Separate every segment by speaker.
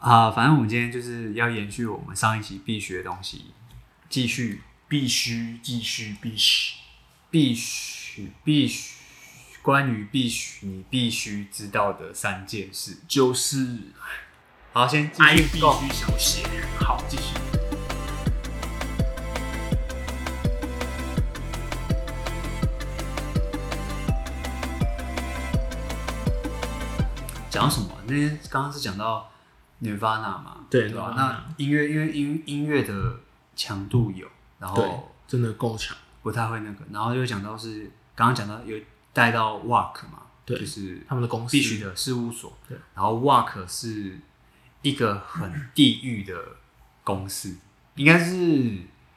Speaker 1: 啊、反正我们今天就是要延续我们上一期必学的东西，继续
Speaker 2: 必须，继续，必须。
Speaker 1: 必须必须关于必须你必须知道的三件事。
Speaker 2: 就是
Speaker 1: 好，先继
Speaker 2: I
Speaker 1: 续
Speaker 2: 必
Speaker 1: go
Speaker 2: 须小写。好，继续。
Speaker 1: 讲到什么？那天刚刚是讲到 Nirvana 嘛？
Speaker 2: 对
Speaker 1: 吧
Speaker 2: Nirvana
Speaker 1: 那音乐因为音音乐的强度有，然
Speaker 2: 对
Speaker 1: 后，
Speaker 2: 真的够强。
Speaker 1: 不太会那个，然后又讲到是刚刚讲到有带到 Work 嘛，
Speaker 2: 对
Speaker 1: 就是
Speaker 2: 他们的公司
Speaker 1: 必须的事务所，
Speaker 2: 对，
Speaker 1: 然后 Work 是一个很地狱的公司，应该是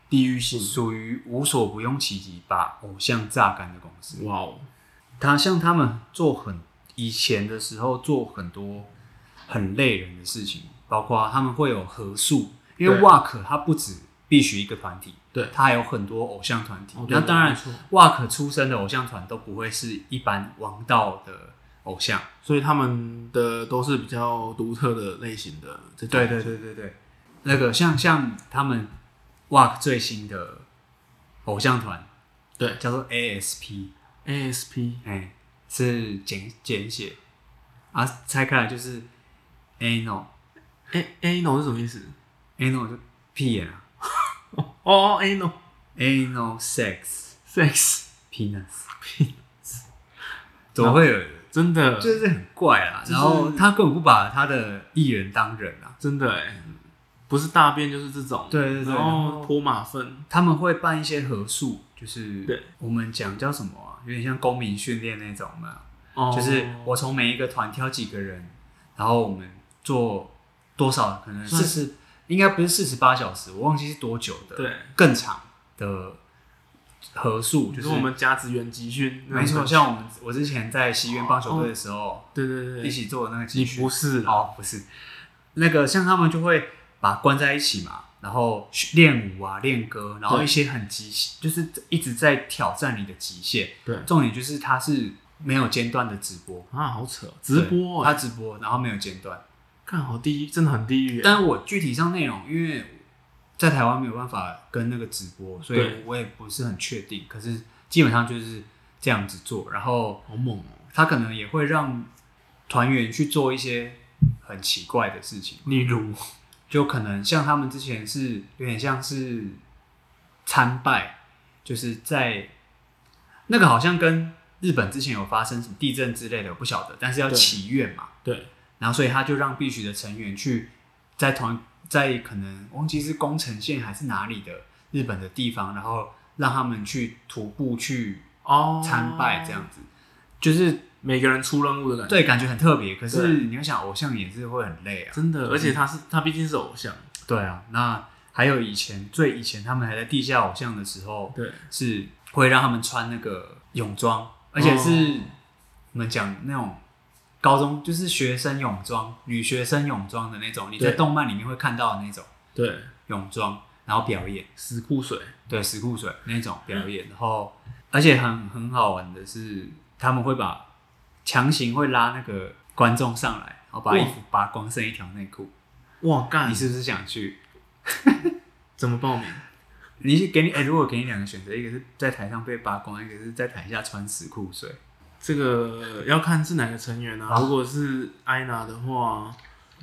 Speaker 2: 地域性。
Speaker 1: 属于无所不用其极把偶像榨干的公司。
Speaker 2: 哇哦，
Speaker 1: 他像他们做很以前的时候做很多很累人的事情，包括他们会有合宿，因为
Speaker 2: 对
Speaker 1: WAK 它不止必须一个团体，
Speaker 2: 对
Speaker 1: 它还有很多偶像团体
Speaker 2: 哦。对
Speaker 1: 那、当然
Speaker 2: 没错
Speaker 1: ，WAK 出身的偶像团都不会是一般王道的偶像。
Speaker 2: 所以他们的都是比较独特的类型的这种。
Speaker 1: 对对对对对，那个像像他们 WAK 最新的偶像团
Speaker 2: 对
Speaker 1: 叫做 ASP，
Speaker 2: ，ASP
Speaker 1: 哎、是简简写啊，拆开来就是 ano
Speaker 2: A ano 是什么意思？
Speaker 1: ano 就屁眼啊
Speaker 2: 哦，ano
Speaker 1: ，ano sex
Speaker 2: sex
Speaker 1: penis，怎么会有？
Speaker 2: 真的
Speaker 1: 就是很怪啦，
Speaker 2: 就是
Speaker 1: 然后他根本不把他的艺人当人啊，
Speaker 2: 真的哎，不是大便就是这种。
Speaker 1: 对对对
Speaker 2: 然
Speaker 1: 然
Speaker 2: 后
Speaker 1: 后
Speaker 2: 泼马粪。
Speaker 1: 他们会办一些合宿，就是
Speaker 2: 对
Speaker 1: 我们讲叫什么啊，有点像公民训练那种嘛，
Speaker 2: 哦
Speaker 1: 就是我从每一个团挑几个人，然后我们做多少，可能四
Speaker 2: 算
Speaker 1: 十，应该不是四十八小时，我忘记是多久的，
Speaker 2: 对，
Speaker 1: 更长的合数，
Speaker 2: 就
Speaker 1: 就是是
Speaker 2: 我们甲子园集训那种
Speaker 1: 没
Speaker 2: 感觉。
Speaker 1: 错，像我们我之前在西苑棒球队的时候，
Speaker 2: 对对对，
Speaker 1: 一起做的那个集
Speaker 2: 你
Speaker 1: 训
Speaker 2: 不，是啊
Speaker 1: 哦，不是，那个像他们就会把关在一起嘛，然后练舞啊，练歌，然后
Speaker 2: 对
Speaker 1: 一些很极，就是一直在挑战你的极限，
Speaker 2: 对
Speaker 1: 重点就是它是没有间断的直播。
Speaker 2: 啊，好扯哦，直播
Speaker 1: 对他
Speaker 2: 哎，
Speaker 1: 直播，然后没有间断。
Speaker 2: 看好地狱，真的很地狱哎。
Speaker 1: 但我具体上内容，因为在台湾没有办法跟那个直播，所以
Speaker 2: 对
Speaker 1: 我也不是很确定。可是基本上就是这样子做，然后
Speaker 2: 好猛哦，
Speaker 1: 他可能也会让团员去做一些很奇怪的事情，
Speaker 2: 例如
Speaker 1: 就可能像他们之前是有点像是参拜，就是在那个好像跟日本之前有发生什么地震之类的，我不晓得，但是要
Speaker 2: 对
Speaker 1: 祈愿嘛，
Speaker 2: 对
Speaker 1: 然后所以他就让必须的成员去在团在可能忘记是宫城县还是哪里的日本的地方，然后让他们去徒步去
Speaker 2: 哦，
Speaker 1: 参拜这样子，就是
Speaker 2: 每个人出任务的感觉。
Speaker 1: 对感觉很特别。可
Speaker 2: 对
Speaker 1: 是你要想偶像也是会很累啊，
Speaker 2: 真的，而且他是他毕竟是偶像，
Speaker 1: 对啊。那还有以前最以前他们还在地下偶像的时候，
Speaker 2: 对，
Speaker 1: 是会让他们穿那个泳装，而且是
Speaker 2: 哦
Speaker 1: 我们讲那种高中就是学生泳装、女学生泳装的那种，你在
Speaker 2: 对
Speaker 1: 动漫里面会看到的那种
Speaker 2: 对，
Speaker 1: 泳装，然后表演，
Speaker 2: 死库水，
Speaker 1: 对，石库水那种表
Speaker 2: 嗯
Speaker 1: 演，然后而且很很好玩的是，他们会把强行会拉那个观众上来，然后把
Speaker 2: 哇嗯
Speaker 1: 衣服扒光，剩一条内裤，
Speaker 2: 哇干
Speaker 1: 你，是不是想去？
Speaker 2: 怎么报名？
Speaker 1: 你是给你哎、如果给你两个选择，一个是在台上被扒光，一个是在台下穿石库水。
Speaker 2: 这个要看是哪个成员啊。
Speaker 1: 啊
Speaker 2: 如果是艾娜的话，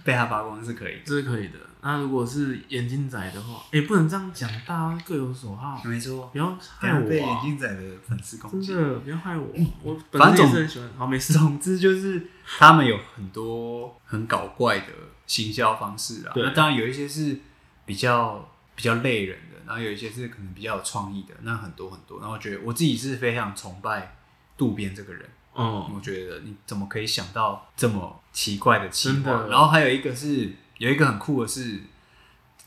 Speaker 1: 被他扒光是可以的。
Speaker 2: 这是可以的。那如果是眼镜仔的话，也不能这样讲，大家各有所好，
Speaker 1: 没错，
Speaker 2: 不要
Speaker 1: 等
Speaker 2: 害
Speaker 1: 下被
Speaker 2: 我
Speaker 1: 眼
Speaker 2: 啊！
Speaker 1: 镜仔的粉丝攻
Speaker 2: 真
Speaker 1: 击。
Speaker 2: 的不要害我，我
Speaker 1: 反
Speaker 2: 本身
Speaker 1: 正
Speaker 2: 也是很喜欢。好，没事。
Speaker 1: 总之就是他们有很多很搞怪的行销方式啊。
Speaker 2: 对
Speaker 1: 那当然有一些是比较比较累人的，然后有一些是可能比较有创意的，那很多很多。然后我觉得我自己是非常崇拜渡边这个人，
Speaker 2: 哦，
Speaker 1: 我觉得你怎么可以想到这么奇怪的企
Speaker 2: 真
Speaker 1: 划？
Speaker 2: 的
Speaker 1: 然后还有一个是有一个很酷的是，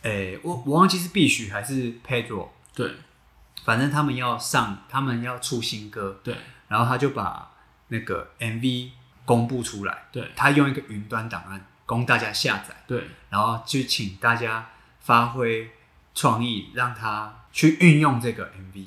Speaker 1: 诶、我我忘记是必须还是 Pedro。
Speaker 2: 对
Speaker 1: 反正他们要上，他们要出新歌，
Speaker 2: 对
Speaker 1: 然后他就把那个 MV 公布出来，
Speaker 2: 对
Speaker 1: 他用一个云端档案供大家下载，
Speaker 2: 对，
Speaker 1: 然后就请大家发挥创意，让他去运用这个 MV，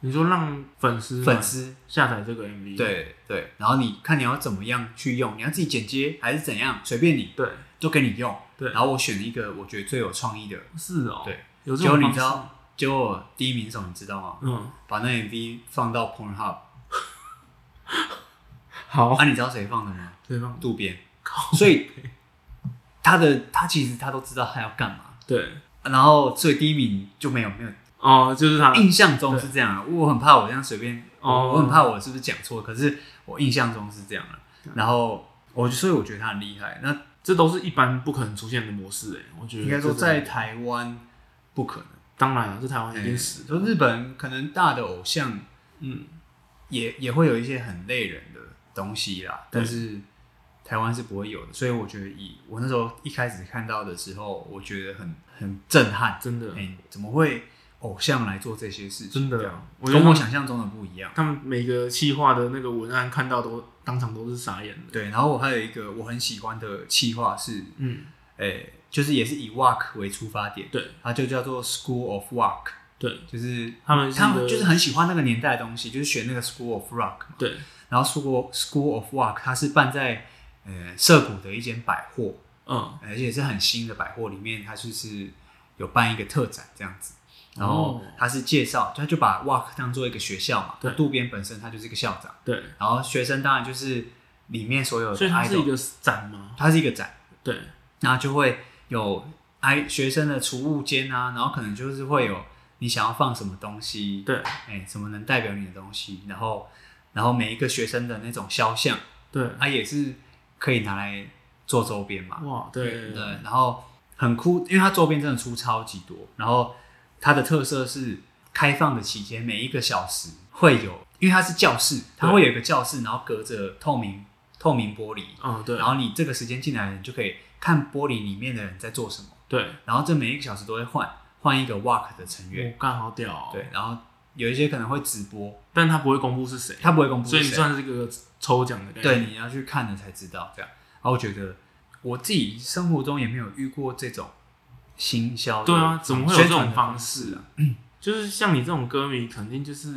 Speaker 2: 你说让粉丝们
Speaker 1: 粉丝
Speaker 2: 下载这个 MV，
Speaker 1: 对对，然后你看你要怎么样去用，你要自己剪接还是怎样，随便你
Speaker 2: 对
Speaker 1: 都给你用，
Speaker 2: 对
Speaker 1: 然后我选一个我觉得最有创意的，
Speaker 2: 是哦，
Speaker 1: 对，
Speaker 2: 有这
Speaker 1: 结果
Speaker 2: 种
Speaker 1: 你
Speaker 2: 方
Speaker 1: 知
Speaker 2: 式，
Speaker 1: 道，结果第一名是什么？你知道吗？
Speaker 2: 嗯，
Speaker 1: 把那 MV 放到 Pornhub，
Speaker 2: 好，
Speaker 1: 啊，你知道谁放的吗？
Speaker 2: 对方
Speaker 1: 渡边， 所以他的他其实他都知道他要干嘛，
Speaker 2: 对，
Speaker 1: 然后所以第一名就没有没有
Speaker 2: 哦，就是他，
Speaker 1: 印象中是这样啊，我很怕我这样随便，
Speaker 2: 哦
Speaker 1: 我我很怕我是不是讲错，可是我印象中是这样的。然后我就所以我觉得他很厉害，那
Speaker 2: 这都是一般不可能出现的模式哎，我觉得
Speaker 1: 应该说
Speaker 2: 这种
Speaker 1: 在，台湾不可能，
Speaker 2: 当然了，啊这台湾已经死
Speaker 1: 嗯
Speaker 2: 了，
Speaker 1: 就日本可能大的偶像
Speaker 2: 嗯，
Speaker 1: 也也会有一些很累人的东西啦，
Speaker 2: 对
Speaker 1: 但是台湾是不会有的，所以我觉得以我那时候一开始看到的时候，我觉得很很震撼，
Speaker 2: 真的
Speaker 1: 哎、怎么会偶像来做这些事情？
Speaker 2: 真
Speaker 1: 这
Speaker 2: 的
Speaker 1: 样，
Speaker 2: 啊我觉得
Speaker 1: 跟
Speaker 2: 他
Speaker 1: 我
Speaker 2: 们
Speaker 1: 想象啊中的不一样。
Speaker 2: 他们每个企划的那个文案看到都当场都是傻眼的，
Speaker 1: 对，然后我还有一个我很喜欢的企划是，
Speaker 2: 嗯，
Speaker 1: 诶、就是也是以 work 为出发点，
Speaker 2: 对
Speaker 1: 它就叫做 School of Work，
Speaker 2: 对，
Speaker 1: 就是
Speaker 2: 他们是一
Speaker 1: 他们
Speaker 2: 个
Speaker 1: 就是很喜欢那个年代的东西，就是学那个 School of Rock 嘛。
Speaker 2: 对
Speaker 1: 然后 School School of Work 它是办在呃涩谷的一间百货，
Speaker 2: 嗯，
Speaker 1: 而且是很新的百货里面，它就是有办一个特展这样子。然后
Speaker 2: 哦
Speaker 1: 它是介绍，它就把 Work 当做一个学校嘛。
Speaker 2: 对
Speaker 1: 渡边本身他就是一个校长，
Speaker 2: 对，
Speaker 1: 然后学生当然就是里面所有的
Speaker 2: 所以它是
Speaker 1: 呃 idol，
Speaker 2: 一个展嘛，
Speaker 1: 它是一个展，
Speaker 2: 对，
Speaker 1: 那就会有哎学生的储物间啊，然后可能就是会有你想要放什么东西，
Speaker 2: 对，
Speaker 1: 哎、什么能代表你的东西，然后然后每一个学生的那种肖像，
Speaker 2: 对，
Speaker 1: 它、也是可以拿来做周边嘛，
Speaker 2: 哇，对
Speaker 1: 对，然后很酷，因为它周边真的出超级多，然后它的特色是开放的期间每一个小时会有，因为它是教室，它
Speaker 2: 对
Speaker 1: 会有一个教室，然后隔着透明透明玻璃，
Speaker 2: 嗯，对
Speaker 1: 然，后你这个时间进来，你就可以看玻璃里面的人在做什么。
Speaker 2: 对，
Speaker 1: 然后这每一个小时都会换换一个 work 的成员，
Speaker 2: 我干好屌哦，
Speaker 1: 对，然后有一些可能会直播，
Speaker 2: 但他不会公布是谁，
Speaker 1: 他不会公布
Speaker 2: 所以
Speaker 1: 是
Speaker 2: 你
Speaker 1: 谁，啊
Speaker 2: 算是一个抽奖的概念，
Speaker 1: 对，你要去看了才知道这样。然后我觉得我自己生活中也没有遇过这种行销的
Speaker 2: 对啊，
Speaker 1: 方
Speaker 2: 怎么会有这
Speaker 1: 宣传
Speaker 2: 种
Speaker 1: 的
Speaker 2: 方
Speaker 1: 方
Speaker 2: 式
Speaker 1: 啊？
Speaker 2: 啊？ 就是像你这种歌迷，肯定就是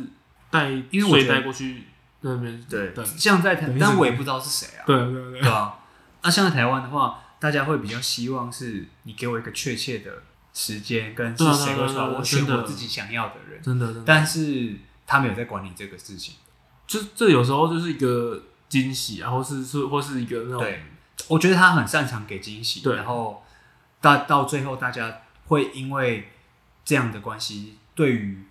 Speaker 2: 带
Speaker 1: 因为我
Speaker 2: 睡
Speaker 1: 觉得
Speaker 2: 带过去那边
Speaker 1: 对
Speaker 2: 等，
Speaker 1: 像在台
Speaker 2: 等，于
Speaker 1: 但
Speaker 2: 是
Speaker 1: 我也不知道是谁啊，
Speaker 2: 对对对
Speaker 1: 对啊。那像在台湾的话，大家会比较希望是你给我一个确切的时间跟是
Speaker 2: 对啊
Speaker 1: 谁会
Speaker 2: 对啊
Speaker 1: 出
Speaker 2: 对
Speaker 1: 来，
Speaker 2: 啊
Speaker 1: 我
Speaker 2: 真
Speaker 1: 选我
Speaker 2: 的
Speaker 1: 自己想要的人。
Speaker 2: 真的真的，
Speaker 1: 但是他没有在管理这个事情。
Speaker 2: 就这有时候就是一个惊喜啊，或是是或是一个那种
Speaker 1: 对，我觉得他很擅长给惊喜，
Speaker 2: 对
Speaker 1: 然后到到最后，大家会因为这样的关系，对于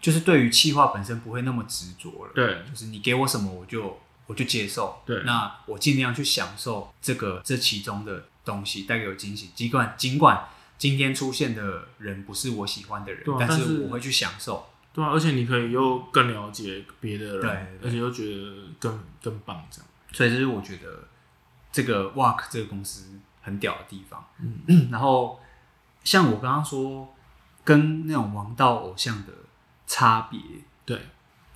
Speaker 1: 就是对于气化本身不会那么执着了。，
Speaker 2: 对
Speaker 1: 就是你给我什么，我就我就接受。
Speaker 2: 对
Speaker 1: 那我尽量去享受这个这其中的东西带给我惊喜，尽管尽管。今天出现的人不是我喜欢的人，
Speaker 2: 对啊
Speaker 1: 但
Speaker 2: 但是
Speaker 1: 是我会去享受。
Speaker 2: 对啊，而且你可以又更了解别的人，
Speaker 1: 对对对
Speaker 2: 而且又觉得更更棒这样。
Speaker 1: 所以这是我觉得这个 Work 这个公司很屌的地方。
Speaker 2: 嗯
Speaker 1: 嗯， 然后像我刚刚说，跟那种王道偶像的差别，
Speaker 2: 对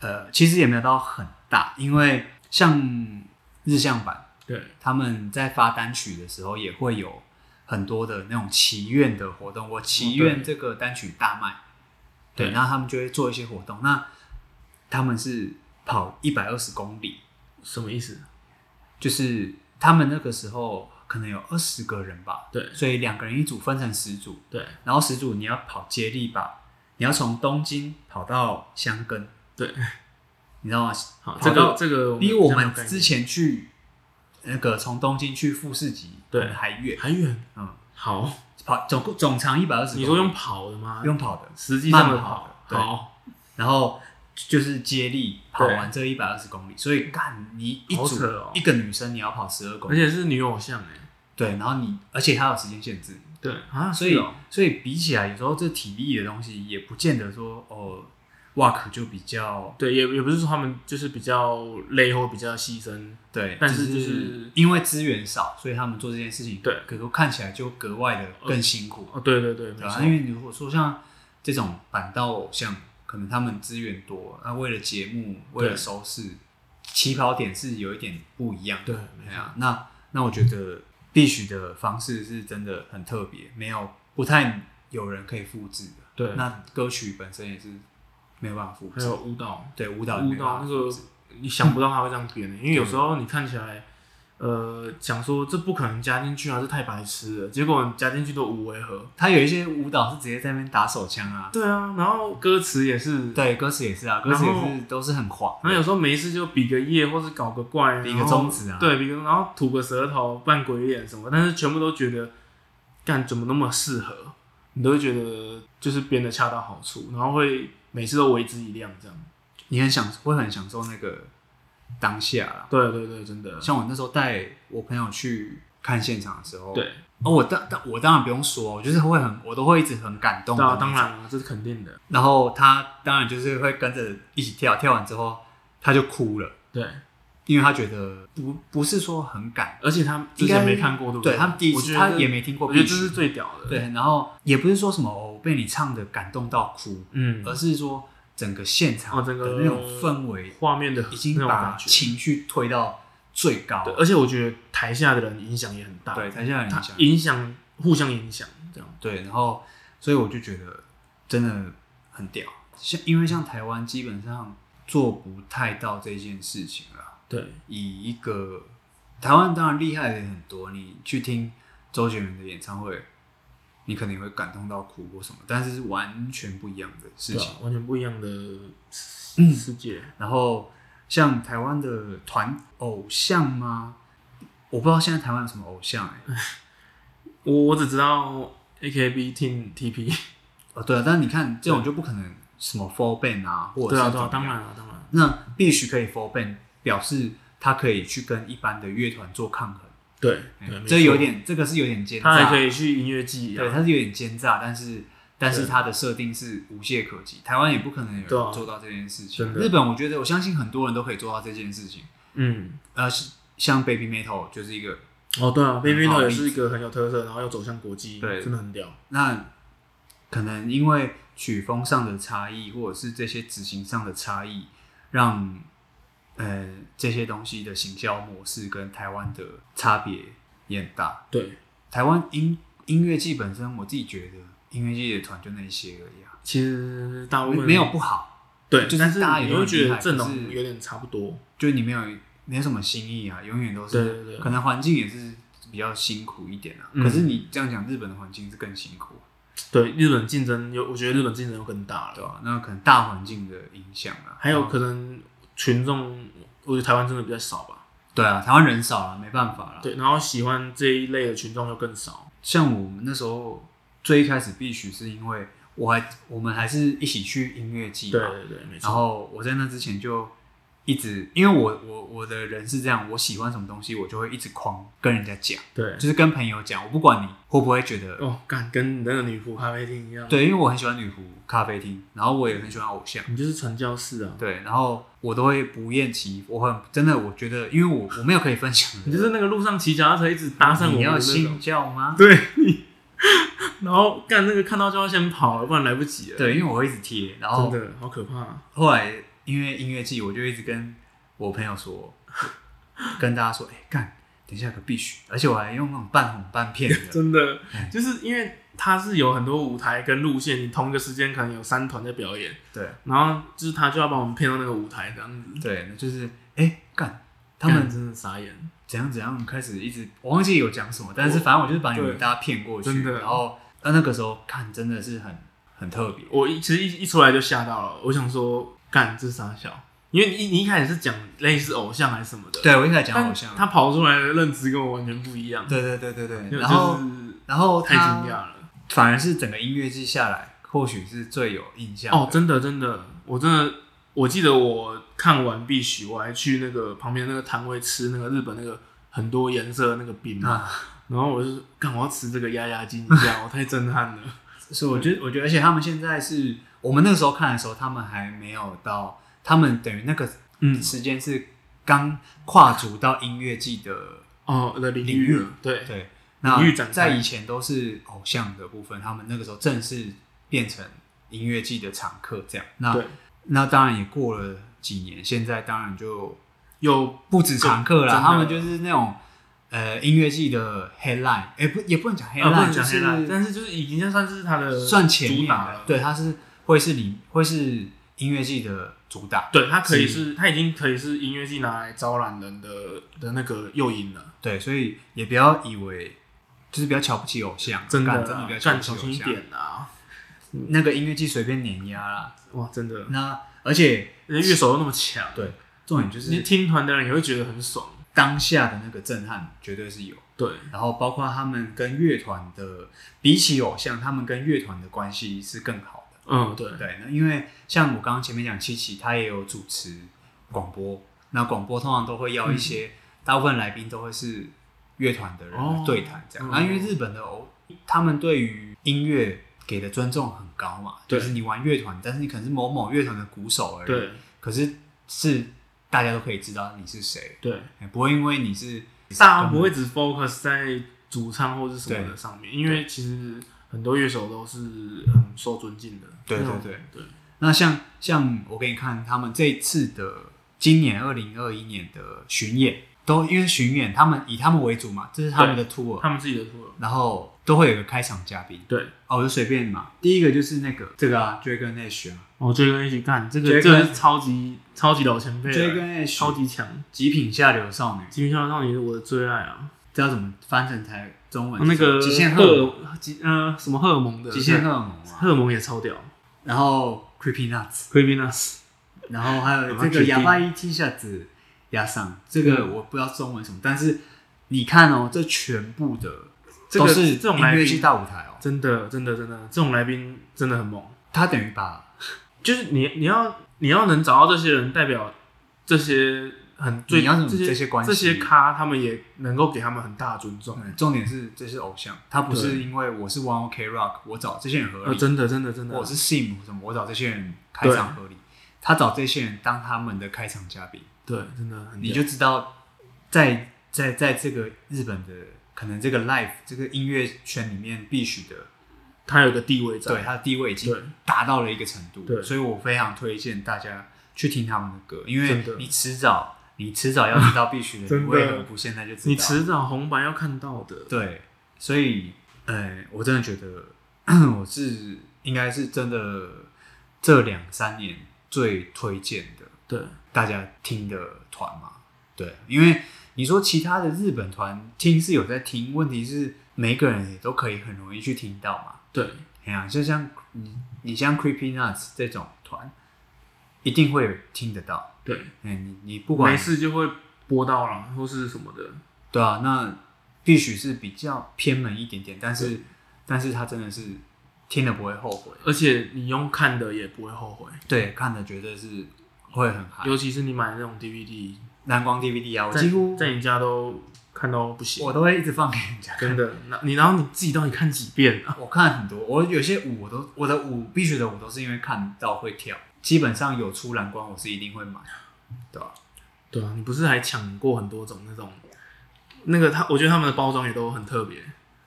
Speaker 1: 呃，其实也没有到很大，因为像日向版
Speaker 2: 对
Speaker 1: 他们在发单曲的时候也会有很多的那种祈愿的活动，我祈愿这个单曲大卖，
Speaker 2: 对
Speaker 1: 对，然后他们就会做一些活动，那他们是跑一百二十公里。
Speaker 2: 什么意思？
Speaker 1: 就是他们那个时候可能有二十个人吧，
Speaker 2: 对
Speaker 1: 所以两个人一组分成十组，
Speaker 2: 对
Speaker 1: 然后十组你要跑接力吧，你要从东京跑到箱根，
Speaker 2: 对，
Speaker 1: 你知道吗？
Speaker 2: 好，
Speaker 1: 跑
Speaker 2: 这
Speaker 1: 到
Speaker 2: 个这个
Speaker 1: 比
Speaker 2: 我
Speaker 1: 我
Speaker 2: 们
Speaker 1: 们
Speaker 2: 比较没有概念
Speaker 1: 之前去那个从东京去富士急
Speaker 2: 对
Speaker 1: 可能还远，
Speaker 2: 还远，
Speaker 1: 嗯，
Speaker 2: 好，
Speaker 1: 跑总共总长一百二十，
Speaker 2: 你说用跑的吗？
Speaker 1: 用跑的，
Speaker 2: 实际上的
Speaker 1: 慢跑
Speaker 2: 跑，
Speaker 1: 对
Speaker 2: 好，
Speaker 1: 然后就是接力跑
Speaker 2: 对
Speaker 1: 完这一百二十公里，所以干你一
Speaker 2: 好
Speaker 1: 组、
Speaker 2: 扯哦
Speaker 1: 一个女生你要跑十二公
Speaker 2: 而
Speaker 1: 里，
Speaker 2: 且是女偶像哎，
Speaker 1: 对，然后你而且它有时间限制，
Speaker 2: 对啊，
Speaker 1: 所以、
Speaker 2: 是哦
Speaker 1: 所以比起来，有时候这体力的东西也不见得说哦，work 就比较
Speaker 2: 对，也也不是说他们就是比较累或比较牺牲，
Speaker 1: 对，
Speaker 2: 但是
Speaker 1: 只
Speaker 2: 就是
Speaker 1: 因为资源少，所以他们做这件事情，
Speaker 2: 对
Speaker 1: 可是看起来就格外的更辛苦，
Speaker 2: 哦，对对对，没
Speaker 1: 对吧、
Speaker 2: 错，
Speaker 1: 因为如果说像这种板道偶像，可能他们资源多，那、为了节目，为了收视，起跑点是有一点不一样的，
Speaker 2: 对，
Speaker 1: 对
Speaker 2: 没错，
Speaker 1: 啊，那那我觉得必须的方式是真的很特别，没有不太有人可以复制的。
Speaker 2: 对，
Speaker 1: 那歌曲本身也是没有办法复
Speaker 2: 还
Speaker 1: 制，
Speaker 2: 有舞蹈，
Speaker 1: 对舞蹈也
Speaker 2: 舞
Speaker 1: 没办
Speaker 2: 蹈
Speaker 1: 法
Speaker 2: 那
Speaker 1: 复
Speaker 2: 个
Speaker 1: 制，
Speaker 2: 欸你想不到他会这样编的，因为有时候你看起来呃想说这不可能加进去啊，这太白痴了。结果加进去都无违和。
Speaker 1: 他有一些舞蹈是直接在那边打手枪啊，
Speaker 2: 对啊，然后歌词也是，
Speaker 1: 对，歌词也是啊，歌词
Speaker 2: 然
Speaker 1: 也
Speaker 2: 后
Speaker 1: 是都是很黄
Speaker 2: 然后有时候没事就比个耶，或是搞个怪，
Speaker 1: 比一个
Speaker 2: 然后
Speaker 1: 中指啊
Speaker 2: 对，比个然后吐个舌头，扮鬼脸什么，但是全部都觉得干怎么那么适合，你都会觉得就是编的恰到好处，然后会每次都为之一亮这样。
Speaker 1: 你很享会很享受那个当下啦。
Speaker 2: 对对对，真的，
Speaker 1: 像我那时候带我朋友去看现场的时候，
Speaker 2: 对，
Speaker 1: 哦，我当当我当然不用说，我就是会很我都会一直很感动的那
Speaker 2: 啊当
Speaker 1: 种
Speaker 2: 当然了，这是肯定的。
Speaker 1: 然后他当然就是会跟着一起跳，跳完之后他就哭了，
Speaker 2: 对，
Speaker 1: 因为他觉得不不是说很感，
Speaker 2: 而且他之
Speaker 1: 应该
Speaker 2: 前没看过，对不
Speaker 1: 对他们第一
Speaker 2: 我
Speaker 1: 次
Speaker 2: 觉得
Speaker 1: 他也没听过
Speaker 2: 我觉得
Speaker 1: 必
Speaker 2: 这
Speaker 1: 须，
Speaker 2: 是最屌的。，
Speaker 1: 对，然后也不是说什么哦我被你唱的感动到哭，
Speaker 2: 嗯，
Speaker 1: 而是说整个现场
Speaker 2: 哦
Speaker 1: 的
Speaker 2: 整个
Speaker 1: 那种氛围
Speaker 2: 画面的
Speaker 1: 已经
Speaker 2: 那种
Speaker 1: 把
Speaker 2: 感觉。
Speaker 1: 情绪推到最高，
Speaker 2: 对，而且我觉得台下的人影响也很大，
Speaker 1: 对，台下很
Speaker 2: 他
Speaker 1: 影响，
Speaker 2: 影响互相影响，这样
Speaker 1: 对，然后所以我就觉得真的很屌，像因为像台湾基本上做不太到这件事情了。
Speaker 2: 对，
Speaker 1: 以一个台湾当然厉害的人很多，你去听周杰伦的演唱会，你可能也会感动到哭或什么，但是是完全不一样的事
Speaker 2: 对
Speaker 1: 情。
Speaker 2: 啊，完全不一样的
Speaker 1: 嗯
Speaker 2: 世世界，
Speaker 1: 然后像台湾的团偶像吗？我不知道现在台湾有什么偶像
Speaker 2: 嗯
Speaker 1: 哎、
Speaker 2: 我我只知道 A K B Team T P，
Speaker 1: 哦，对啊，但是你看这种就不可能什么 full band 啊，或者
Speaker 2: 对
Speaker 1: 是
Speaker 2: 啊
Speaker 1: 怎么
Speaker 2: 对啊
Speaker 1: 样，
Speaker 2: 当然了当然，
Speaker 1: 那必须可以 full band，表示他可以去跟一般的乐团做抗衡。
Speaker 2: 对
Speaker 1: 哎
Speaker 2: 对，没
Speaker 1: 这有
Speaker 2: 错，
Speaker 1: 点，这个是有点奸诈。
Speaker 2: 他还可以去音乐季
Speaker 1: 对，
Speaker 2: 啊，
Speaker 1: 它是有点奸诈，但是但是
Speaker 2: 对
Speaker 1: 它的设定是无懈可击，台湾也不可能有
Speaker 2: 对啊
Speaker 1: 人做到这件事情。
Speaker 2: 真的
Speaker 1: 日本，我觉得我相信很多人都可以做到这件事情。
Speaker 2: 嗯，
Speaker 1: 呃，是像 Baby Metal 就是一个，
Speaker 2: 哦对啊，Baby No
Speaker 1: 好
Speaker 2: 也
Speaker 1: 例子
Speaker 2: 是一个很有特色，然后又走向国际，
Speaker 1: 对
Speaker 2: 真的很屌，
Speaker 1: 那可能因为曲风上的差异，或者是这些执行上的差异，让呃这些东西的行销模式跟台湾的差别也很大。
Speaker 2: 对，
Speaker 1: 台湾音音乐季本身，我自己觉得音乐季的团就那一些而已啊，
Speaker 2: 其实大部
Speaker 1: 没
Speaker 2: 分
Speaker 1: 没有不好。
Speaker 2: 对，
Speaker 1: 就是
Speaker 2: 但是
Speaker 1: 大家也
Speaker 2: 你
Speaker 1: 都
Speaker 2: 会
Speaker 1: 很
Speaker 2: 觉
Speaker 1: 厉
Speaker 2: 得
Speaker 1: 害
Speaker 2: 阵
Speaker 1: 可是
Speaker 2: 容有点差不多，
Speaker 1: 就你没有没什么新意啊，永远都是
Speaker 2: 对对对
Speaker 1: 可能环境也是比较辛苦一点啊。
Speaker 2: 嗯
Speaker 1: 可是你这样讲，日本的环境是更辛苦，
Speaker 2: 对，日本竞争有，我觉得日本竞争又更大了。
Speaker 1: 对吧、啊那可能大环境的影响啊，
Speaker 2: 还有可能群众，我觉得台湾真的比较少吧。
Speaker 1: 对啊，台湾人少了，没办法了。
Speaker 2: 对，然后喜欢这一类的群众又更少。
Speaker 1: 像我们那时候最一开始必须是因为我还我们还是一起去音乐季
Speaker 2: 对
Speaker 1: 嘛，
Speaker 2: 对对，没
Speaker 1: 然
Speaker 2: 错。
Speaker 1: 后我在那之前就。一直，因为我我我的人是这样，我喜欢什么东西，我就会一直狂跟人家讲，
Speaker 2: 对，
Speaker 1: 就是跟朋友讲，我不管你会不会觉得
Speaker 2: 哦，干跟你那个女仆咖啡厅一样。，
Speaker 1: 对，因为我很喜欢女仆咖啡厅，然后我也很喜欢偶像，
Speaker 2: 你就是传教士啊，
Speaker 1: 对，然后我都会不厌其烦，我很真的，我觉得，因为我我没有可以分享的
Speaker 2: 你
Speaker 1: 人，
Speaker 2: 就是那个路上骑脚踏车一直搭讪我
Speaker 1: 你
Speaker 2: 们的
Speaker 1: 要
Speaker 2: 那
Speaker 1: 信
Speaker 2: 种。
Speaker 1: 教吗？
Speaker 2: 对，你然后干那个看到就要先跑了，不然来不及了。，
Speaker 1: 对，因为我会一直贴，然
Speaker 2: 真
Speaker 1: 后
Speaker 2: 的好可怕啊。
Speaker 1: 后来因为音乐季，我就一直跟我朋友说，跟大家说，哎、干，等一下可必须，而且我还用那种半哄半骗 的，
Speaker 2: 真的
Speaker 1: 哎，
Speaker 2: 就是因为它是有很多舞台跟路线，你同一个时间可能有三团在表演，
Speaker 1: 对
Speaker 2: 然后就是他就要把我们骗到那个舞台这样子，
Speaker 1: 对，那就是哎、干，他
Speaker 2: 干
Speaker 1: 们
Speaker 2: 真的傻眼，
Speaker 1: 怎样怎样开始一直，我忘记有讲什么，但是反正我就是把你
Speaker 2: 对
Speaker 1: 们大家骗过去，
Speaker 2: 真的
Speaker 1: 然后那那个时候看真的是很很特别，
Speaker 2: 我一其实一一出来就吓到了，我想说干这傻小，因为你你一开始是讲类似偶像还是什么的，
Speaker 1: 对我一开始讲
Speaker 2: 但
Speaker 1: 偶像，
Speaker 2: 他跑出来的认知跟我完全不一样，
Speaker 1: 对对对对对，
Speaker 2: 就
Speaker 1: 然后、
Speaker 2: 就是
Speaker 1: 然后
Speaker 2: 太
Speaker 1: 他
Speaker 2: 惊讶了，
Speaker 1: 反而是整个音乐季下来，或许是最有印象的
Speaker 2: 哦，真的真的，我真的我记得我看完必须我还去那个旁边那个摊位吃那个日本那个很多颜色的那个饼嘛，
Speaker 1: 啊，
Speaker 2: 然后我就说干我要吃这个压压惊一下，我太震撼了，
Speaker 1: 所以我觉得我觉得，而且他们现在是我们那个时候看的时候，他们还没有到，他们等于那个
Speaker 2: 嗯
Speaker 1: 时间是刚跨足到音乐季的，
Speaker 2: 哦的领
Speaker 1: 领域
Speaker 2: 域了，对。
Speaker 1: 对，
Speaker 2: 领域
Speaker 1: 那
Speaker 2: 展开
Speaker 1: 在以前都是偶像的部分，他们那个时候正式变成音乐季的常客，这样那
Speaker 2: 对
Speaker 1: 那当然也过了几年，现在当然就
Speaker 2: 有
Speaker 1: 不止常客
Speaker 2: 真
Speaker 1: 啦，
Speaker 2: 的
Speaker 1: 他们就是那种呃音乐季的 headline，哎、不也不能讲
Speaker 2: 啊，不
Speaker 1: headline，、
Speaker 2: 能
Speaker 1: 就
Speaker 2: 讲黑
Speaker 1: 是
Speaker 2: 啦，但是就是已经算是他的
Speaker 1: 算前
Speaker 2: 主
Speaker 1: 面
Speaker 2: 打
Speaker 1: 的
Speaker 2: 了，。
Speaker 1: 对，它是会是里会是音乐季的主打，
Speaker 2: 对，它可以
Speaker 1: 是
Speaker 2: 是，它已经可以是音乐季拿来招揽人的的那个诱因了，
Speaker 1: 对，所以也不要以为就是不要瞧不起偶像，
Speaker 2: 真的
Speaker 1: 干
Speaker 2: 啊，
Speaker 1: 真的不要瞧
Speaker 2: 干
Speaker 1: 不起
Speaker 2: 小心
Speaker 1: 偶
Speaker 2: 一
Speaker 1: 像。
Speaker 2: 点啊！
Speaker 1: 那个音乐季随便碾压啦，
Speaker 2: 哇，真的，
Speaker 1: 那而且
Speaker 2: 人家乐手又那么强，
Speaker 1: 对，重点就
Speaker 2: 你
Speaker 1: 是
Speaker 2: 听团的人也会觉得很爽，
Speaker 1: 当下的那个震撼绝对是有。
Speaker 2: 对，
Speaker 1: 然后包括他们跟乐团的，比起偶像，他们跟乐团的关系是更好的。
Speaker 2: 嗯，对，
Speaker 1: 对，那因为像我刚刚前面讲七七，他也有主持广播，那广播通常都会
Speaker 2: 嗯
Speaker 1: 要一些，大部分来宾都会是乐团的人
Speaker 2: 哦
Speaker 1: 来对谈这样。
Speaker 2: 嗯
Speaker 1: 那、因为日本的偶，他们对于音乐给的尊重很高嘛，
Speaker 2: 对
Speaker 1: 就是你玩乐团，但是你可能是某某乐团的鼓手而已，
Speaker 2: 对，
Speaker 1: 可是是大家都可以知道你是谁，
Speaker 2: 对，
Speaker 1: 哎不会因为你是
Speaker 2: 大家不会只 focus 在主唱或是什么的
Speaker 1: 对
Speaker 2: 上面，因为其实很多乐手都是很受尊敬的，
Speaker 1: 对
Speaker 2: 那种
Speaker 1: 对
Speaker 2: 对，
Speaker 1: 那像像我给你看，他们这一次的今年二零二一年的巡演，都因为巡演，他们以他们为主嘛，这是他们的 tour，
Speaker 2: 他们自己的 tour，
Speaker 1: 然后都会有个开场嘉宾。
Speaker 2: 对，
Speaker 1: 哦，我就随便嘛，第一个就是那个这个啊，Dragon Ash 啊
Speaker 2: 哦，追根一起干，这个
Speaker 1: Dragon-
Speaker 2: 这个是超级超级老前辈了，
Speaker 1: ，Dragon Ash
Speaker 2: 啊超级强，
Speaker 1: 极品下流少女，
Speaker 2: 极品小少女是我的最爱啊，
Speaker 1: 这要怎么翻成台中文？
Speaker 2: 哦那个
Speaker 1: 极限荷尔蒙
Speaker 2: 荷尔极呃什么荷尔蒙的
Speaker 1: 极限荷尔蒙啊，
Speaker 2: 荷尔蒙也超屌
Speaker 1: 然后 Creepy Nuts，
Speaker 2: ，Creepy Nuts，
Speaker 1: 然后还有这
Speaker 2: 然后
Speaker 1: 个
Speaker 2: 哦 Creepy 嗯
Speaker 1: 哑巴一 T 下子压上，这个我不知道中文什么，但是你看哦，这全部的
Speaker 2: 这个
Speaker 1: 都是
Speaker 2: 这种
Speaker 1: 音
Speaker 2: 来
Speaker 1: 乐剧
Speaker 2: 宾
Speaker 1: 大舞台哦，
Speaker 2: 真的真的真的，这种来宾真的很猛。
Speaker 1: 他等于把
Speaker 2: 就是你你要你要能找到这些人，代表这些很最
Speaker 1: 你要有
Speaker 2: 这些
Speaker 1: 这些关系
Speaker 2: 这些咖，他们也能够给他们很大的尊重。
Speaker 1: 嗯重点是这是偶像，他不是
Speaker 2: 对
Speaker 1: 因为我是 One OK Rock，我找这些人合
Speaker 2: 呃，
Speaker 1: 理，
Speaker 2: 真的真的真的，
Speaker 1: 我是 Sim 什么，我找这些人开场合理，他找这些人当他们的开场嘉宾，
Speaker 2: 对真的很
Speaker 1: 你就知道在在在这个日本的可能这个 live 这个音乐圈里面必须的。
Speaker 2: 他有个地位在，
Speaker 1: 对他的地位已经
Speaker 2: 对
Speaker 1: 达到了一个程度，
Speaker 2: 对
Speaker 1: 所以我非常推荐大家去听他们的歌，因为
Speaker 2: 真的
Speaker 1: 你迟早你迟早要知道必须的，
Speaker 2: 真的
Speaker 1: 你为何不现在就知道？
Speaker 2: 你迟早红白要看到的。
Speaker 1: 对，所以呃，我真的觉得 我是应该是真的这两三年最推荐的
Speaker 2: 对
Speaker 1: 大家听的团嘛，对，因为你说其他的日本团听是有在听，问题是每个人也都可以很容易去听到嘛，
Speaker 2: 对
Speaker 1: 哎呀，就像你你像 Creepy Nuts 这种团，一定会听得到。
Speaker 2: 对，
Speaker 1: 哎，你你不
Speaker 2: 没
Speaker 1: 管
Speaker 2: 事就会播到了或是什么的。
Speaker 1: 对啊，那必须是比较偏门一点点，但是但是他真的是听了不会后悔，
Speaker 2: 而且你用看的也不会后悔，
Speaker 1: 对，看的绝对是会很嗨。
Speaker 2: 尤其是你买那种 DVD，
Speaker 1: 蓝光 DVD 啊，我
Speaker 2: 在
Speaker 1: 哎几乎
Speaker 2: 在你家都看到不行，
Speaker 1: 我都会一直放给人家
Speaker 2: 真
Speaker 1: 看。
Speaker 2: 的。 那你然后你自己到底看几遍啊？
Speaker 1: 我看很多，我有些舞我都我的舞必须的舞都是因为看到会跳，基本上有出蓝光我是一定会买，对吧、
Speaker 2: 对啊，你不是还抢过很多种那种，那个他，我觉得他们的包装也都很特别，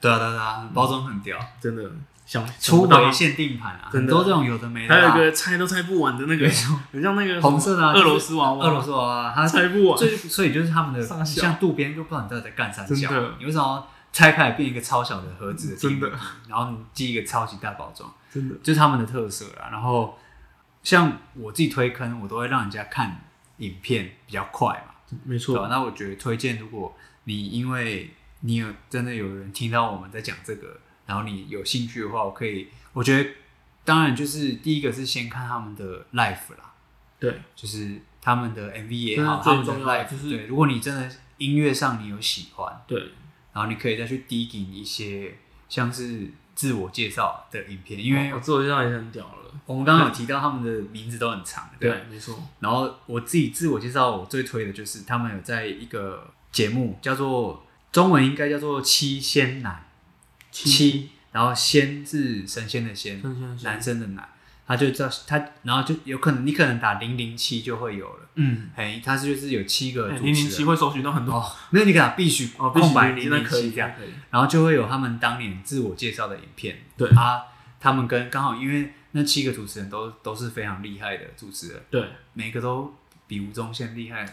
Speaker 1: 对啊对啊对啊，包装很屌。
Speaker 2: 真的想想
Speaker 1: 出
Speaker 2: 不到
Speaker 1: 围限定盘啊，
Speaker 2: 真
Speaker 1: 很
Speaker 2: 的
Speaker 1: 多这种有的没的
Speaker 2: 还有
Speaker 1: 啊。
Speaker 2: 一个拆都拆不完的那个，很像那个
Speaker 1: 红色的啊
Speaker 2: 俄罗斯娃娃，
Speaker 1: 俄罗斯娃娃，它
Speaker 2: 拆不完，
Speaker 1: 所以 所以就是他们
Speaker 2: 傻
Speaker 1: 的
Speaker 2: 小
Speaker 1: 像渡边，就不知道你到底在干啥
Speaker 2: 真的
Speaker 1: 小，你为什么拆开来变一个超小的盒子的
Speaker 2: 真的
Speaker 1: DVD，然后你寄一个超级大包装，
Speaker 2: 真的
Speaker 1: 就是他们的特色啊。然后像我自己推坑，我都会让人家看影片比较快嘛，
Speaker 2: 没
Speaker 1: 对吧
Speaker 2: 错，？
Speaker 1: 那我觉得推荐，如果你因为你有真的有人听到我们在讲这个，然后你有兴趣的话，我可以，我觉得当然就是第一个是先看他们的 l i f e 啦，
Speaker 2: 对啊
Speaker 1: 就是他们的 MV 也好，他
Speaker 2: 这是
Speaker 1: 们
Speaker 2: 最
Speaker 1: 的
Speaker 2: 重
Speaker 1: l
Speaker 2: 要
Speaker 1: i
Speaker 2: 的
Speaker 1: f
Speaker 2: 就是
Speaker 1: 对，如果你真的音乐上你有喜欢，
Speaker 2: 对
Speaker 1: 然后你可以再去 digging 一些像是自我介绍的影片，因为
Speaker 2: 我自我介绍也很屌了，
Speaker 1: 我们刚刚有提到他们的名字都很长，对吧。
Speaker 2: 对，没错，
Speaker 1: 然后我自己自我介绍，我最推的就是他们有在一个节目叫做中文应该叫做《七仙男》，七，然后仙是神仙的仙，
Speaker 2: 真先
Speaker 1: 男生的男，他就叫他，然后就有可能你可能打零零七就会有了，
Speaker 2: 嗯，
Speaker 1: 哎，他是就是有七个主
Speaker 2: 哎零零
Speaker 1: 持
Speaker 2: 七
Speaker 1: 人。
Speaker 2: 会搜寻到很多
Speaker 1: 哦，没有，你可以打必须
Speaker 2: 哦，必须
Speaker 1: 空白
Speaker 2: 007
Speaker 1: 零
Speaker 2: 那
Speaker 1: 零
Speaker 2: 可以
Speaker 1: 七这样，，
Speaker 2: 可以
Speaker 1: 然后就会有他们当年自我介绍的影片。
Speaker 2: 对
Speaker 1: 啊，他们跟刚好因为那七个主持人都都是非常厉害的主持人，
Speaker 2: 对，
Speaker 1: 每个都比吴宗宪厉害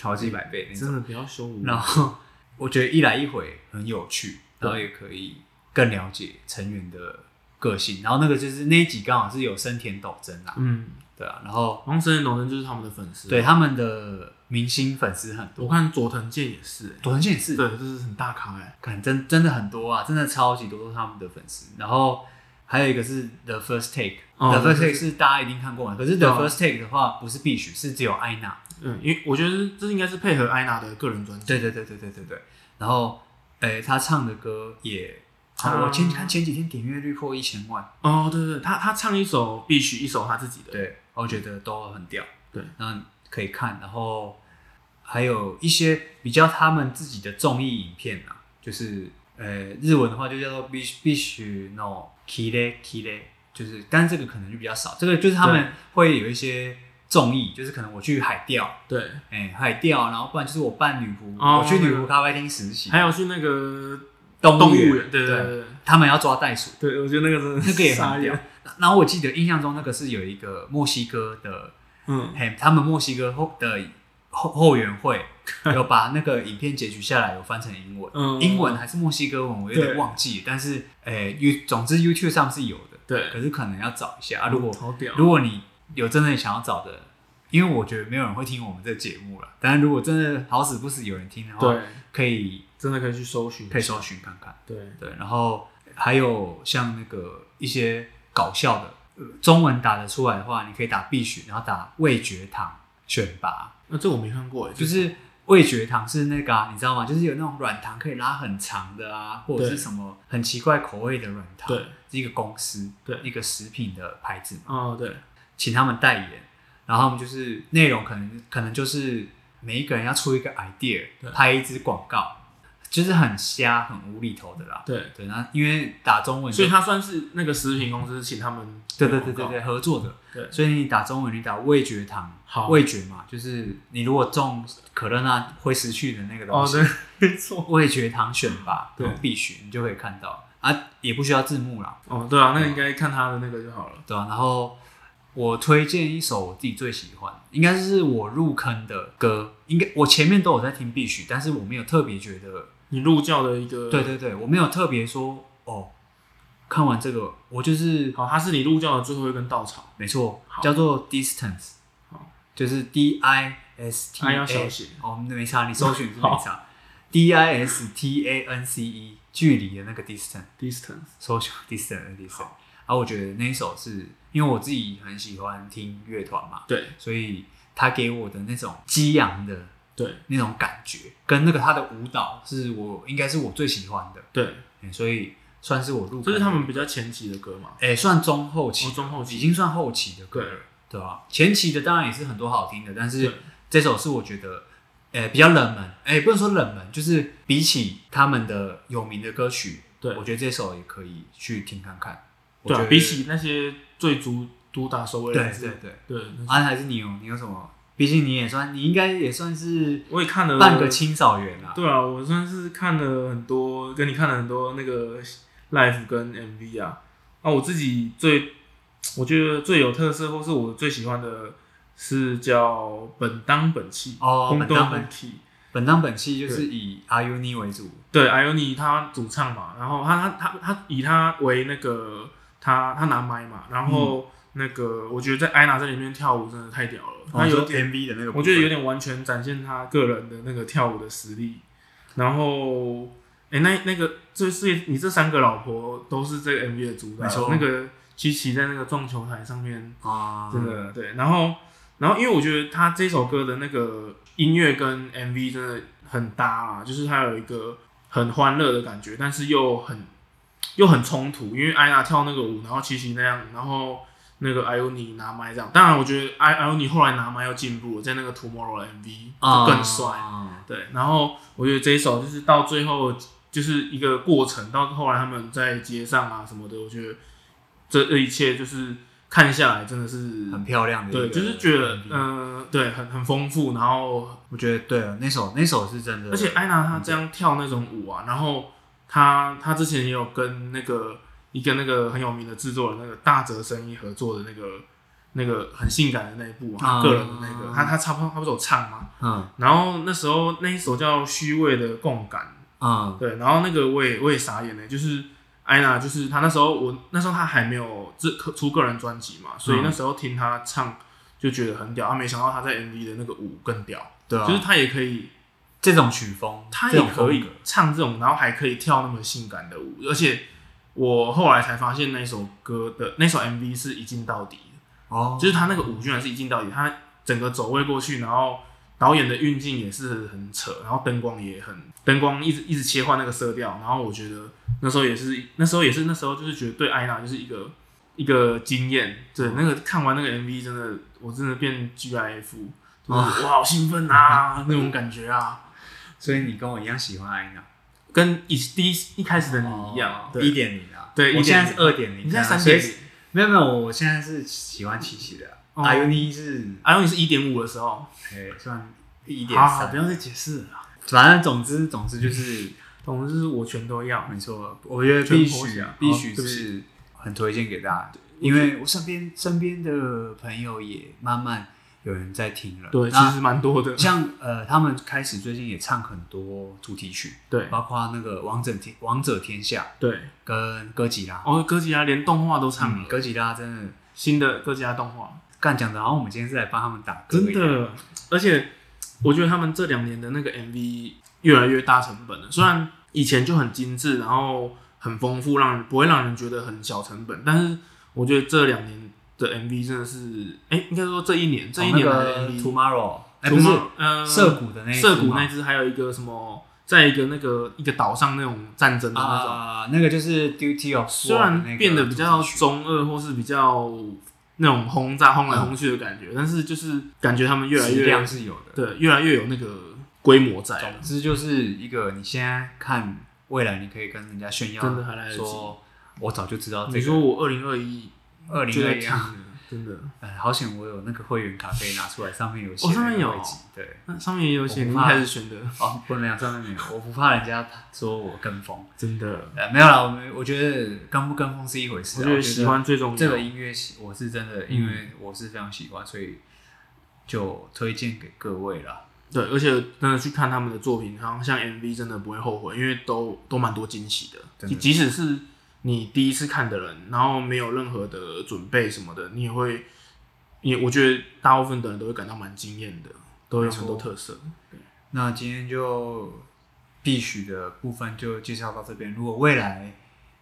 Speaker 1: 好几百倍那
Speaker 2: 真
Speaker 1: 种。
Speaker 2: 的不要羞辱，
Speaker 1: 然后我觉得一来一回很有趣，
Speaker 2: 对
Speaker 1: 然后也可以更了解成员的个性。然后那个就是那一集刚好是有生田斗真啊，
Speaker 2: 嗯，
Speaker 1: 对啊，然后
Speaker 2: 王神龙人就是他们的粉丝。
Speaker 1: 对，他们的明星粉丝很多，
Speaker 2: 我看佐藤健也是、欸，
Speaker 1: 佐藤健也是，
Speaker 2: 对，这是很大咖哎、
Speaker 1: 看真真的很多啊，真的超级多都是他们的粉丝。然后还有一个是 The First Take，The、
Speaker 2: 哦
Speaker 1: First
Speaker 2: The First
Speaker 1: Take 是大家一定看过嘛，可是
Speaker 2: 对
Speaker 1: The
Speaker 2: 啊
Speaker 1: First Take 的话不是必须，是只有艾娜。
Speaker 2: 嗯，因为我觉得这应该是配合艾娜的个人专辑。
Speaker 1: 对对对对对对对。然后，诶、他唱的歌也，
Speaker 2: 他
Speaker 1: 我前看前几天点阅率破一千万，
Speaker 2: 哦，对对，对他他唱一首必须一首他自己的，
Speaker 1: 对，我觉得都很屌。
Speaker 2: 对，
Speaker 1: 然后可以看，然后还有一些比较他们自己的综艺影片啊，就是呃日文的话就叫做必须必须 no kire kire，就是但是这个可能就比较少，这个就是他
Speaker 2: 对
Speaker 1: 们会有一些综艺，就是可能我去海钓，
Speaker 2: 对，
Speaker 1: 哎、海钓，然后不然就是我扮女仆，
Speaker 2: 哦
Speaker 1: 我去女
Speaker 2: 那
Speaker 1: 仆
Speaker 2: 个
Speaker 1: 咖啡厅实习，
Speaker 2: 还有去那个
Speaker 1: 动
Speaker 2: 动物
Speaker 1: 园，
Speaker 2: 园，对对
Speaker 1: 对，
Speaker 2: 对
Speaker 1: 他们要抓袋鼠。
Speaker 2: 对，对我觉得那个真的
Speaker 1: 那个也
Speaker 2: 傻
Speaker 1: 很屌
Speaker 2: 眼，。
Speaker 1: 然后我记得印象中那个是有一个墨西哥的，
Speaker 2: 嗯，
Speaker 1: 嘿，他们墨西哥后的后后援 会有把那个影片截取下来，有翻成英文，
Speaker 2: 嗯
Speaker 1: 英文还是墨西哥文，我有点
Speaker 2: 对
Speaker 1: 忘记。但是，诶、y o u 总之 YouTube 上是有的，
Speaker 2: 对
Speaker 1: 可是可能要找一下啊。如果
Speaker 2: 好屌，
Speaker 1: 如果你有真的想要找的，因为我觉得没有人会听我们这节目了。但是如果真的好死不死有人听的话，
Speaker 2: 对，
Speaker 1: 可以
Speaker 2: 真的可以去搜寻，
Speaker 1: 可以搜寻看看。
Speaker 2: 对，
Speaker 1: 对，然后还有像那个一些搞笑的，呃中文打得出来的话，你可以打必须，然后打味觉糖选拔，
Speaker 2: 那这我没看过哎，
Speaker 1: 就。是味觉糖是那个、啊、你知道吗？就是有那种软糖可以拉很长的啊，或者是
Speaker 2: 对
Speaker 1: 什么很奇怪口味的软糖，
Speaker 2: 对，
Speaker 1: 是一个公司，
Speaker 2: 对
Speaker 1: 一个食品的牌子嘛，
Speaker 2: 哦，对，
Speaker 1: 请他们代言，然后他们就是内容可能可能就是每一个人要出一个 idea，
Speaker 2: 对
Speaker 1: 拍一支广告。就是很瞎、很无厘头的啦，
Speaker 2: 对，
Speaker 1: 对，那因为打中文就，
Speaker 2: 所以他算是那个食品公司请他们
Speaker 1: 对
Speaker 2: 做
Speaker 1: 对
Speaker 2: 广
Speaker 1: 对
Speaker 2: 告，
Speaker 1: 对对合作的，
Speaker 2: 对
Speaker 1: 所以你打中文，你打味觉糖，
Speaker 2: 好
Speaker 1: 味觉嘛，就是你如果中可乐那会失去的那个东
Speaker 2: 哦
Speaker 1: 西，
Speaker 2: 对，没错，
Speaker 1: 味觉糖选拔，
Speaker 2: 对
Speaker 1: 必须你就可以看到啊，也不需要字幕啦，
Speaker 2: 哦对啊，那应该看他的那个就好了，
Speaker 1: 对吧、啊然后我推荐一首我自己最喜欢，应该是我入坑的歌，应该我前面都有在听必须，但是我没有特别觉得，
Speaker 2: 你入教的一个，
Speaker 1: 对，对对，我没有特别说哦，看完这个我就是
Speaker 2: 哦好，他是你入教的最后一根稻草，
Speaker 1: 没错，
Speaker 2: 好
Speaker 1: 叫做 distance，
Speaker 2: 好
Speaker 1: 就是 D I S T
Speaker 2: 啊要
Speaker 1: A，
Speaker 2: 小写
Speaker 1: 哦，没差，你搜寻是没差，D I S T A N C E 距离的那个 distance，
Speaker 2: distance，
Speaker 1: 搜寻 distance 的 distance
Speaker 2: 好。
Speaker 1: 啊，我觉得那一首是因为我自己很喜欢听乐团嘛，
Speaker 2: 对
Speaker 1: 所以他给我的那种激昂的
Speaker 2: 对
Speaker 1: 那种感觉，跟那个他的舞蹈是我应该是我最喜欢的，
Speaker 2: 对，
Speaker 1: 嗯所以算是我入
Speaker 2: 这是
Speaker 1: 坑
Speaker 2: 他们比较前期的歌嘛，
Speaker 1: 哎、算中后期
Speaker 2: 哦，中后
Speaker 1: 已
Speaker 2: 期，
Speaker 1: 经算后期的歌了，对吧、前期的当然也是很多好听的，但是
Speaker 2: 对
Speaker 1: 这首是我觉得，呃，比较冷门，哎、不能说冷门，就是比起他们的有名的歌曲，
Speaker 2: 对
Speaker 1: 我觉得这首也可以去听看看。
Speaker 2: 对
Speaker 1: 我觉
Speaker 2: 啊，
Speaker 1: 得
Speaker 2: 比起那些最主主打首尾
Speaker 1: 对
Speaker 2: 的
Speaker 1: 对
Speaker 2: 字，
Speaker 1: 对，
Speaker 2: 对，
Speaker 1: 啊，还是你有你有什么？毕竟你也算，你应该也算是
Speaker 2: 我也看了
Speaker 1: 半个清扫员啊。
Speaker 2: 对啊，我算是看了很多，跟你看了很多那个 live 跟 MV 啊。那、我自己最，我觉得最有特色或是我最喜欢的是叫本当本气
Speaker 1: 哦
Speaker 2: 宫
Speaker 1: 本
Speaker 2: 斗
Speaker 1: 当本
Speaker 2: 本气。
Speaker 1: 本档本期就是以 Are You Me 为主，
Speaker 2: 对，艾欧尼他主唱嘛，然后他他他他以他为那个他他拿麦嘛，然后那个、我觉得在艾娜这里面跳舞真的太屌了，
Speaker 1: 哦
Speaker 2: 他有点
Speaker 1: MV 的那个
Speaker 2: 我觉得有点完全展现他个人的那个跳舞的实力。然后，哎、那那个就是你这三个老婆都是这个 MV 的主打，
Speaker 1: 没错
Speaker 2: 那个琪琪在那个撞球台上面，
Speaker 1: 啊，
Speaker 2: 真的、对。然后，然后因为我觉得他这首歌的那个音乐跟 MV 真的很搭啊，就是他有一个很欢乐的感觉，但是又很又很冲突，因为艾娜跳那个舞，然后琪琪那样，然后那个艾欧尼拿麦这样。当然，我觉得艾艾欧尼后来拿麦又进步了，在那个 Tomorrow 的 MV
Speaker 1: 啊
Speaker 2: 就更帅。对，然后我觉得这一首就是到最后就是一个过程，到后来他们在街上啊什么的，我觉得这这一切就是看下来真的是
Speaker 1: 很漂亮的一个
Speaker 2: 对，
Speaker 1: MV，
Speaker 2: 就是觉得嗯、呃对，很很丰富，然后
Speaker 1: 我觉得对了，那首那首是真的，
Speaker 2: 而且艾
Speaker 1: 嗯
Speaker 2: 娜她这样跳那种舞啊，然后她她之前也有跟那个一个那个很有名的制作人那个大泽生一合作的那个那个很性感的那一部、啊，她
Speaker 1: 啊
Speaker 2: 个人的那个，她她差不多她不是有唱吗？
Speaker 1: 嗯
Speaker 2: 然后那时候那一首叫《虚伪的共感》，
Speaker 1: 嗯
Speaker 2: 对，然后那个我也我也傻眼了，就是艾娜就是她那时候我那时候她还没有自出个人专辑嘛，所以那时候听她唱就觉得很屌，啊，没想到她在 MV 的那个舞更屌，
Speaker 1: 对啊，
Speaker 2: 就是她也可以，
Speaker 1: 这种曲风，
Speaker 2: 她
Speaker 1: 这
Speaker 2: 也
Speaker 1: 种
Speaker 2: 可以
Speaker 1: 风格
Speaker 2: 唱这种，然后还可以跳那么性感的舞，而且我后来才发现那首歌的那首 MV 是一镜到底的，
Speaker 1: 哦，
Speaker 2: 就是他那个舞居然是一镜到底，他整个走位过去，然后导演的运镜也是很扯，然后灯光也很灯光一直一直切换那个色调，然后我觉得那时候也是那时候也是那时候就是觉得对艾娜就是一个一个经验，对那个看完那个 MV 真的我真的变 GIF，就是我好兴奋啊那种感觉啊，
Speaker 1: 所以你跟我一样喜欢艾娜，
Speaker 2: 跟一第一一开始的你一样，对
Speaker 1: 一点零啊，
Speaker 2: 对
Speaker 1: 我哦
Speaker 2: 1.0
Speaker 1: 现在是二点零，啊
Speaker 2: 你现在三
Speaker 1: 所以
Speaker 2: 点零，
Speaker 1: 没有没有，我现在是喜欢琪琪的，
Speaker 2: 哦
Speaker 1: 阿尤尼是
Speaker 2: 然后你是一点五的时候，
Speaker 1: 哎算一点
Speaker 2: 好，
Speaker 1: 三
Speaker 2: 不，要再解释了啊，
Speaker 1: 反正总之总之就是
Speaker 2: 总之我全都要。
Speaker 1: 没错，我觉得
Speaker 2: 全
Speaker 1: 必
Speaker 2: 国
Speaker 1: 须
Speaker 2: 性啊
Speaker 1: 必
Speaker 2: 哦
Speaker 1: 须
Speaker 2: 对不起
Speaker 1: 是很推荐给大家的，因为我身边身边的朋友也慢慢有人在听了，
Speaker 2: 对，其
Speaker 1: 那
Speaker 2: 实蛮 多的。
Speaker 1: 像呃，他们开始最近也唱很多主题曲，
Speaker 2: 对
Speaker 1: 包括那个《王者天王者天下
Speaker 2: 对，》
Speaker 1: 跟哥吉拉，
Speaker 2: 哦，哥吉拉连动画都唱了，
Speaker 1: 嗯哥吉拉真的
Speaker 2: 新的哥吉拉动画，
Speaker 1: 干讲的，然后我们今天是来帮他们打歌
Speaker 2: 真
Speaker 1: 一样，
Speaker 2: 的。而且我觉得他们这两年的那个 MV 越来越大成本了，虽然以前就很精致，然后很丰富，让人不会让人觉得很小成本，但是我觉得这两年的 MV 真的是，哎、应该说这一
Speaker 1: 哦
Speaker 2: 年这一年来的
Speaker 1: 的
Speaker 2: MV，
Speaker 1: Tomorrow，哎不是
Speaker 2: 呃
Speaker 1: 涩谷的那一
Speaker 2: 涩
Speaker 1: 出
Speaker 2: 谷
Speaker 1: 嘛
Speaker 2: 那只，还有一个什么，在一个那个一个岛上那种战争的那种。
Speaker 1: 啊，那个就是 Duty of War
Speaker 2: 虽
Speaker 1: 的那
Speaker 2: 然
Speaker 1: 个
Speaker 2: 变得
Speaker 1: 主
Speaker 2: 比
Speaker 1: 题
Speaker 2: 较
Speaker 1: 曲
Speaker 2: 中二或是比较那种轰炸轰来轰去的感觉，但是就是感觉他们越来
Speaker 1: 质量
Speaker 2: 越
Speaker 1: 是有的，
Speaker 2: 对越来越有那个规模在了
Speaker 1: 总。之就是一个你现在看未来，你可以跟人家炫耀，
Speaker 2: 真的还来得及
Speaker 1: 说，我早就知道这
Speaker 2: 你
Speaker 1: 个
Speaker 2: 说我二零二一
Speaker 1: 二
Speaker 2: 就
Speaker 1: 零
Speaker 2: 在
Speaker 1: 二一，
Speaker 2: 听了，真的，
Speaker 1: 呃好险我有那个会员卡可以拿出来，上面有写
Speaker 2: 哦上面
Speaker 1: 那个
Speaker 2: 有
Speaker 1: 位置对，
Speaker 2: 那上面也有写
Speaker 1: 我
Speaker 2: 你
Speaker 1: 不
Speaker 2: 一
Speaker 1: 怕
Speaker 2: 开始选的，
Speaker 1: 哦，不没有上面没有，我不怕人家说我跟风，
Speaker 2: 真的，
Speaker 1: 呃，没有啦，我们我觉得跟不跟风是一回事
Speaker 2: 我
Speaker 1: 啊，
Speaker 2: 觉
Speaker 1: 我
Speaker 2: 得喜欢嗯最重要。
Speaker 1: 这个音乐喜，我是真的，因为我是非常喜欢，所以就推荐给各位啦。
Speaker 2: 对，而且真的去看他们的作品，好像 MV 真的不会后悔，因为都都蛮多惊喜的。
Speaker 1: 真的
Speaker 2: 即即使是你第一次看的人，然后没有任何的准备什么的，你也会，你我觉得大部分的人都会感到蛮惊艳的，都有很多特色。
Speaker 1: 那今天就必许的部分就介绍到这边。如果未来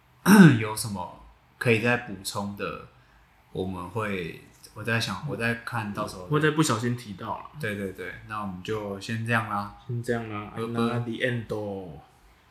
Speaker 1: 有什么可以再补充的，我们会我在想，我在看到时候
Speaker 2: 会。在不小心提到了，
Speaker 1: 对对对，那我们就先这样啦。
Speaker 2: 先这样啦，I
Speaker 1: 拜拜
Speaker 2: love the end。